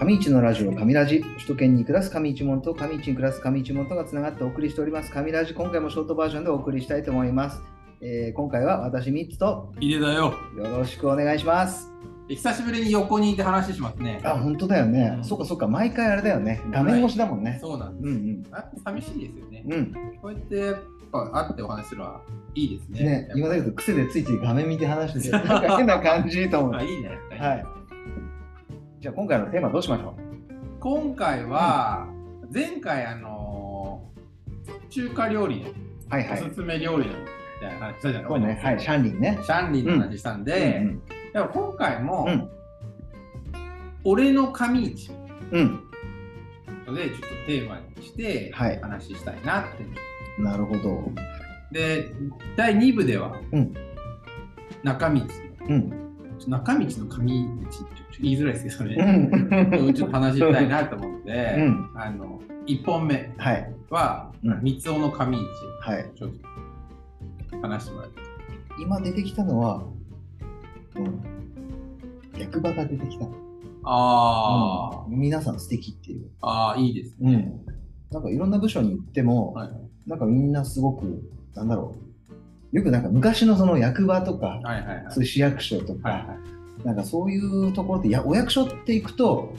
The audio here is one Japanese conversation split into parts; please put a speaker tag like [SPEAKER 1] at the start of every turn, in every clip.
[SPEAKER 1] 上市のラジオ、上ラジ。首都圏に暮らす上市門と上市に暮らす上市門とがつながってお送りしております。上ラジ、今回もショートバージョンでお送りしたいと思います。えー今回は私、ミッツと
[SPEAKER 2] いでだよ。
[SPEAKER 1] よろしくお願いします。
[SPEAKER 2] 久しぶりに横にいて話しますね。
[SPEAKER 1] あ、本当だよね。
[SPEAKER 2] うん
[SPEAKER 1] そっかそっか、毎回あれだよね。画面越しだもんね。
[SPEAKER 2] そうなんで
[SPEAKER 1] うん
[SPEAKER 2] す。あ寂しいですよね
[SPEAKER 1] う。ん。うん。
[SPEAKER 2] こうやってやっぱ会ってお話しするのはいいですね。
[SPEAKER 1] ね、
[SPEAKER 2] や
[SPEAKER 1] 今
[SPEAKER 2] っ
[SPEAKER 1] だけど癖でついつい画面見て話してて、 なんか変な感じと思う。
[SPEAKER 2] ぱ
[SPEAKER 1] は
[SPEAKER 2] あ
[SPEAKER 1] い。
[SPEAKER 2] いいね。
[SPEAKER 1] じゃあ今回のテーマどうしましょ
[SPEAKER 2] 今回は前回あのー中華料理の
[SPEAKER 1] うはいは
[SPEAKER 2] お
[SPEAKER 1] い。
[SPEAKER 2] すすめ料理のみたいな話したじゃない
[SPEAKER 1] そうね、はい、シャンリンね。
[SPEAKER 2] シャンリンの話したん
[SPEAKER 1] う
[SPEAKER 2] で、
[SPEAKER 1] ん
[SPEAKER 2] でも今回も
[SPEAKER 1] うん
[SPEAKER 2] 俺の神市
[SPEAKER 1] うん、
[SPEAKER 2] のでちょっとテーマにして
[SPEAKER 1] はい
[SPEAKER 2] 話したいなって。
[SPEAKER 1] うんなるほど。
[SPEAKER 2] で第2部では
[SPEAKER 1] うん
[SPEAKER 2] 中道の
[SPEAKER 1] うん。
[SPEAKER 2] 中道の神道ってちょっと言いづらいですけど
[SPEAKER 1] う
[SPEAKER 2] ね、
[SPEAKER 1] ん。
[SPEAKER 2] ちょっと話したいなと思って、
[SPEAKER 1] うん。
[SPEAKER 2] あの1本目
[SPEAKER 1] はい。
[SPEAKER 2] は
[SPEAKER 1] うん
[SPEAKER 2] 三尾の神道
[SPEAKER 1] はい。
[SPEAKER 2] ちょっと話してもらって
[SPEAKER 1] 今出てきたのは、うん。役場が出てきた。
[SPEAKER 2] あー、
[SPEAKER 1] うん皆さん素敵っていう。
[SPEAKER 2] あーいいです
[SPEAKER 1] う
[SPEAKER 2] ね、
[SPEAKER 1] ん。なんかいろんな部署に行っても、
[SPEAKER 2] はい
[SPEAKER 1] なんかみんなすごく、なんだろう。よくなんか昔のその役場とか、
[SPEAKER 2] はいはいはい
[SPEAKER 1] そういう市役所とか、
[SPEAKER 2] はいはい
[SPEAKER 1] なんかそういうところで、いや、お役所って行くと、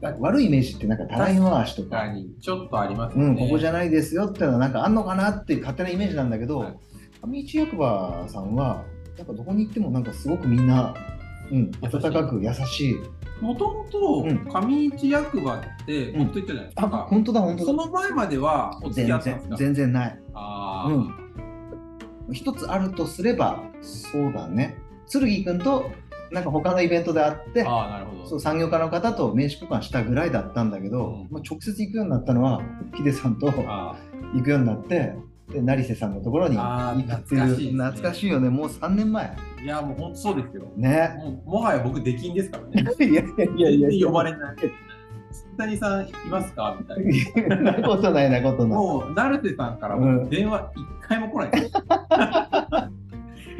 [SPEAKER 1] なんか悪いイメージってなんかたらい回しとか
[SPEAKER 2] 他、にちょっとあります
[SPEAKER 1] う
[SPEAKER 2] よ
[SPEAKER 1] ん、
[SPEAKER 2] ね、
[SPEAKER 1] ここじゃないですよってのはなんかあんのかなっていう勝手なイメージなんだけど、
[SPEAKER 2] はい
[SPEAKER 1] 上市役場さんはやっぱどこに行ってもなんかすごくみんな、うん、
[SPEAKER 2] 優しい
[SPEAKER 1] 温かく優しい
[SPEAKER 2] もともと
[SPEAKER 1] うん
[SPEAKER 2] 上市役場ってもっと言ったじゃないです
[SPEAKER 1] あ
[SPEAKER 2] か、
[SPEAKER 1] 本当だ本当
[SPEAKER 2] そ
[SPEAKER 1] だ
[SPEAKER 2] の前まではお付き合いあ
[SPEAKER 1] 全
[SPEAKER 2] ったんで
[SPEAKER 1] 然
[SPEAKER 2] すか
[SPEAKER 1] 全然ない
[SPEAKER 2] ああ、
[SPEAKER 1] うん一つあるとすればそうだね剣くんとなんか他のイベントで会って
[SPEAKER 2] ああ、なるほど。
[SPEAKER 1] そう産業家の方と名刺交換したぐらいだったんだけど、
[SPEAKER 2] うん
[SPEAKER 1] まあ、直接行くようになったのはヒデさんと
[SPEAKER 2] あ
[SPEAKER 1] 行くようになってで成瀬さんのところに
[SPEAKER 2] あ
[SPEAKER 1] 行
[SPEAKER 2] ー
[SPEAKER 1] くっていう
[SPEAKER 2] 懐かしいですね
[SPEAKER 1] 懐かしいよねもう3年前
[SPEAKER 2] あいや、もう本当そうですよ。
[SPEAKER 1] ね
[SPEAKER 2] もうもはや僕、出禁ですからね。
[SPEAKER 1] いやいやいやいや、
[SPEAKER 2] 呼 ばれない。水谷さんいますかみたいな。
[SPEAKER 1] なことないなことない。
[SPEAKER 2] もう、成瀬さんから
[SPEAKER 1] うん
[SPEAKER 2] もう電話一回も来ないです。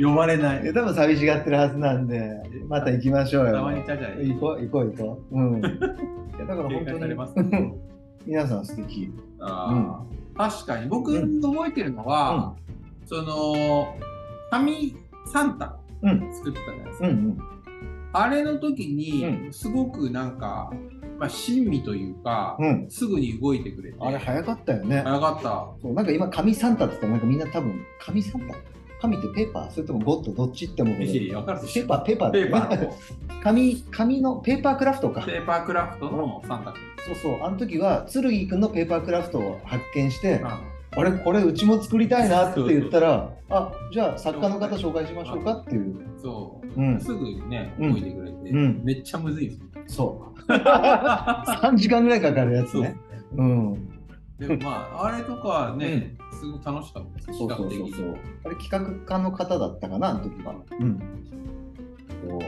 [SPEAKER 2] 呼ばれない。
[SPEAKER 1] 多分寂しがってるはずなんで、また行きましょう
[SPEAKER 2] たまに
[SPEAKER 1] よ。
[SPEAKER 2] ちゃちゃ
[SPEAKER 1] 行こう行こう行こう。 うん。いやだから本
[SPEAKER 2] 警
[SPEAKER 1] 当
[SPEAKER 2] 戒され
[SPEAKER 1] に
[SPEAKER 2] ます。
[SPEAKER 1] 皆さん素敵。
[SPEAKER 2] あー確かに、僕
[SPEAKER 1] うん
[SPEAKER 2] 覚えてるのは、その、紙サンタ
[SPEAKER 1] うん
[SPEAKER 2] 作ってたじゃないです
[SPEAKER 1] う
[SPEAKER 2] か。
[SPEAKER 1] ん
[SPEAKER 2] あれの時
[SPEAKER 1] う
[SPEAKER 2] に、すごくなんか、まあ、親身というか、
[SPEAKER 1] うんうん。
[SPEAKER 2] すぐに動いてくれて。
[SPEAKER 1] あれ早かったよね。
[SPEAKER 2] 早かった。
[SPEAKER 1] そうなんか今紙サンタって言ったらなんかみんな多分紙サンタ。紙ってペーパーそれともゴッドどっちって思うけ
[SPEAKER 2] ミ
[SPEAKER 1] ど。
[SPEAKER 2] シ
[SPEAKER 1] ペ
[SPEAKER 2] リ、わかるでし
[SPEAKER 1] ー
[SPEAKER 2] ょ
[SPEAKER 1] パーペーパーだ
[SPEAKER 2] ペ
[SPEAKER 1] よ
[SPEAKER 2] ー
[SPEAKER 1] ね
[SPEAKER 2] パ ーの、
[SPEAKER 1] 紙紙のペーパークラフ トか
[SPEAKER 2] ペ。ーパークラフトのサンタ
[SPEAKER 1] そうそうあの時は剣くんのペーパークラフトを発見して。
[SPEAKER 2] あ
[SPEAKER 1] あれこれうちも作りたいなって言ったらあじゃあ作家の方紹介しましょうかっていう
[SPEAKER 2] そうう。
[SPEAKER 1] ん
[SPEAKER 2] すぐにね、
[SPEAKER 1] うん
[SPEAKER 2] 動いてくれて、
[SPEAKER 1] うん
[SPEAKER 2] めっちゃむずいですよ。
[SPEAKER 1] そう 3時間ぐらいかかるやつ
[SPEAKER 2] そう
[SPEAKER 1] ねうん
[SPEAKER 2] でもまあ、あれとかね、すごい楽しかったです。
[SPEAKER 1] そうそう
[SPEAKER 2] 比
[SPEAKER 1] そ
[SPEAKER 2] 較
[SPEAKER 1] う
[SPEAKER 2] 的
[SPEAKER 1] そうあれ企画家の方だったかなあの時はうんそ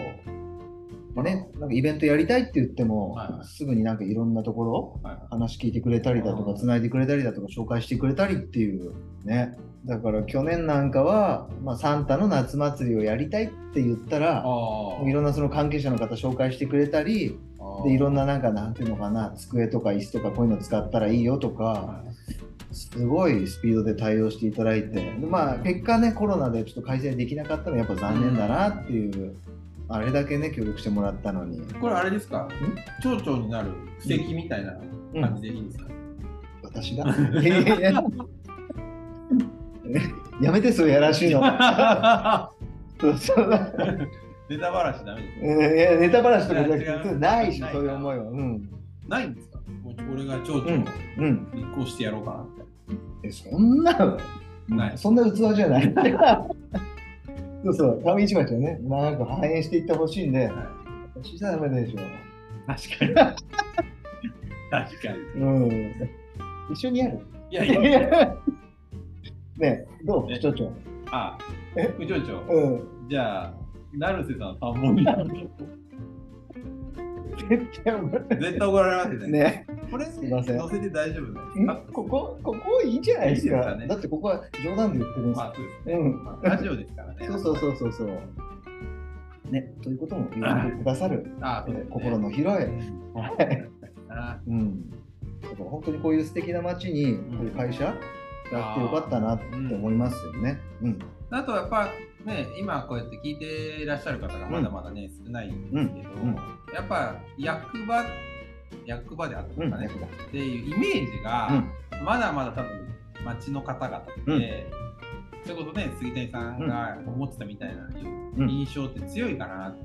[SPEAKER 1] うねなんかイベントやりたいって言っても、
[SPEAKER 2] はいはい
[SPEAKER 1] すぐになんかいろんなところ
[SPEAKER 2] はい
[SPEAKER 1] 話聞いてくれたりだと
[SPEAKER 2] う
[SPEAKER 1] か
[SPEAKER 2] ん
[SPEAKER 1] つないでくれたりだとか紹介してくれたりっていうねだから去年なんかは、まあ、サンタの夏祭りをやりたいって言ったら
[SPEAKER 2] あー
[SPEAKER 1] いろんなその関係者の方紹介してくれたり
[SPEAKER 2] あー。
[SPEAKER 1] でいろんななんかなんていうのかな机とか椅子とかこういうの使ったらいいよとか
[SPEAKER 2] はい
[SPEAKER 1] すごいスピードで対応していただいてでまあ結果ねコロナでちょっと開催できなかったのはやっぱ残念だなっていう、あれだけね協力してもらったのに、
[SPEAKER 2] これあれですか蝶々になる布石みたいな感じでいいんです か
[SPEAKER 1] 私が いやいやいややめてそうやらしいの そうそう
[SPEAKER 2] ネタばらしダメです
[SPEAKER 1] いやネタバラシとかじゃなく
[SPEAKER 2] いや違
[SPEAKER 1] て
[SPEAKER 2] う
[SPEAKER 1] ないし
[SPEAKER 2] ないな
[SPEAKER 1] そういう思いはうん
[SPEAKER 2] ないんですかもう俺が蝶々を
[SPEAKER 1] うん
[SPEAKER 2] 立候補してやろうかなって。
[SPEAKER 1] えそんな
[SPEAKER 2] ない
[SPEAKER 1] そんな器じゃない。 そうそう、紙一枚じゃね、長く反映していってほしいんで、私じゃダメでしょ。
[SPEAKER 2] 確かに。 確かに。
[SPEAKER 1] うん。一緒にやる。
[SPEAKER 2] いやいや、
[SPEAKER 1] ねどう
[SPEAKER 2] ね
[SPEAKER 1] 副長長。
[SPEAKER 2] あ、
[SPEAKER 1] え
[SPEAKER 2] 副町長、
[SPEAKER 1] うん。
[SPEAKER 2] じゃあ、成瀬さん三本に。
[SPEAKER 1] 絶対怒られ
[SPEAKER 2] 絶対怒られますよ
[SPEAKER 1] る
[SPEAKER 2] ね。
[SPEAKER 1] ね。
[SPEAKER 2] これ、
[SPEAKER 1] すいません
[SPEAKER 2] 載せて大丈夫
[SPEAKER 1] ん
[SPEAKER 2] なんですか
[SPEAKER 1] ここ、ここいいじゃないです
[SPEAKER 2] いいです
[SPEAKER 1] か。
[SPEAKER 2] かね
[SPEAKER 1] だってここは冗談で言ってるんです
[SPEAKER 2] ま
[SPEAKER 1] よ。
[SPEAKER 2] あ、そうですね。
[SPEAKER 1] うん。
[SPEAKER 2] まあラジオですからね。
[SPEAKER 1] そうそうそうそうそう。ね、ということも言ってくださる
[SPEAKER 2] あ、そう
[SPEAKER 1] え
[SPEAKER 2] ですね
[SPEAKER 1] 心の広い
[SPEAKER 2] うんな。
[SPEAKER 1] うん、だから本当にこういう素敵な街に、
[SPEAKER 2] ん
[SPEAKER 1] こういう会社やってよかったなって思いますよね。うん、
[SPEAKER 2] あとやっぱね、今こうやって聞いていらっしゃる方がまだまだね、少ないんですけど、
[SPEAKER 1] うんうん
[SPEAKER 2] やっぱ役場、役場であった
[SPEAKER 1] うん、
[SPEAKER 2] とかね、
[SPEAKER 1] 役だ
[SPEAKER 2] っていうイメージ
[SPEAKER 1] う
[SPEAKER 2] が、
[SPEAKER 1] ん、
[SPEAKER 2] まだまだ多分町の方々って、
[SPEAKER 1] うん
[SPEAKER 2] それこそね、杉谷さんが思ってたみたいな
[SPEAKER 1] うん
[SPEAKER 2] 印象って強いかなって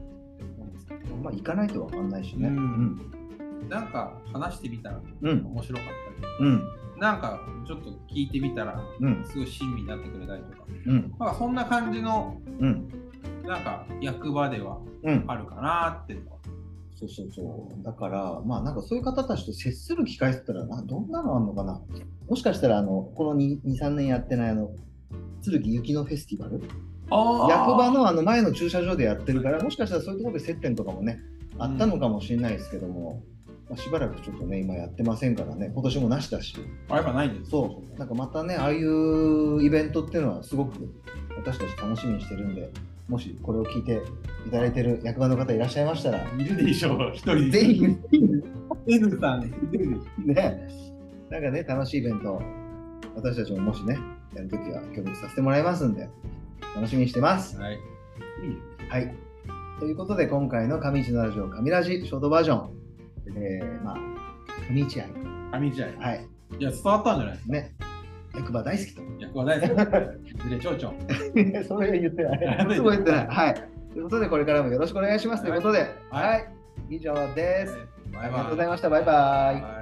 [SPEAKER 2] 思うんですけど、
[SPEAKER 1] まあ、行かないとわかんないしね。
[SPEAKER 2] う
[SPEAKER 1] うんん、
[SPEAKER 2] なんか話してみたら
[SPEAKER 1] うん、
[SPEAKER 2] 面白かったり、
[SPEAKER 1] うん、
[SPEAKER 2] なんかちょっと聞いてみたら、
[SPEAKER 1] うん、
[SPEAKER 2] すごい親身になってくれたりとか、
[SPEAKER 1] うん、
[SPEAKER 2] なんかそんな感じの、
[SPEAKER 1] うん、
[SPEAKER 2] なんか役場では
[SPEAKER 1] うん、
[SPEAKER 2] あるかなっていうのは
[SPEAKER 1] そうそうそう。だから、まあ、なんかそういう方たちと接する機会って言ったらな、どんなのあんのかな。もしかしたら、あの、この2、2 3年やってないあの。鶴木雪のフェスティバル。役場のあの前の駐車場でやってるから、もしかしたらそういうところで接点とかもね、あったのかもしれないですけども、まあ、しばらくちょっとね、今やってませんからね、今年もなしだし、
[SPEAKER 2] あやっぱないんです
[SPEAKER 1] そう、なんかまたね、ああいうイベントっていうのは、すごく私たち楽しみにしてるんで、もしこれを聞いていただいてる役場の方いらっしゃいましたら、
[SPEAKER 2] いるでしょう、一人
[SPEAKER 1] ぜひ、ぜひ
[SPEAKER 2] N さんいるでしょ
[SPEAKER 1] ね、なんかね、楽しいイベント、私たちももしね、やるときは協力させてもらいますんで、楽しみにしてます。
[SPEAKER 2] う。はい。
[SPEAKER 1] はい。ということで、今回の上市のラジオ、上ラジショートバージョン、えー、まあ、上市愛、
[SPEAKER 2] 神試合。い。
[SPEAKER 1] はい、
[SPEAKER 2] いや、伝わったんじゃない
[SPEAKER 1] ね、役場大好きと。
[SPEAKER 2] 役はないですよ。ずれちょうちょ。
[SPEAKER 1] それは言ってない。そう言ってない。はい。ということで、これからもよろしくお願いしますということで、
[SPEAKER 2] はい
[SPEAKER 1] はい、以上です。あ
[SPEAKER 2] バ
[SPEAKER 1] り
[SPEAKER 2] イ
[SPEAKER 1] が
[SPEAKER 2] バ
[SPEAKER 1] とうご
[SPEAKER 2] イ。
[SPEAKER 1] ざいました。バイバイ。
[SPEAKER 2] バイ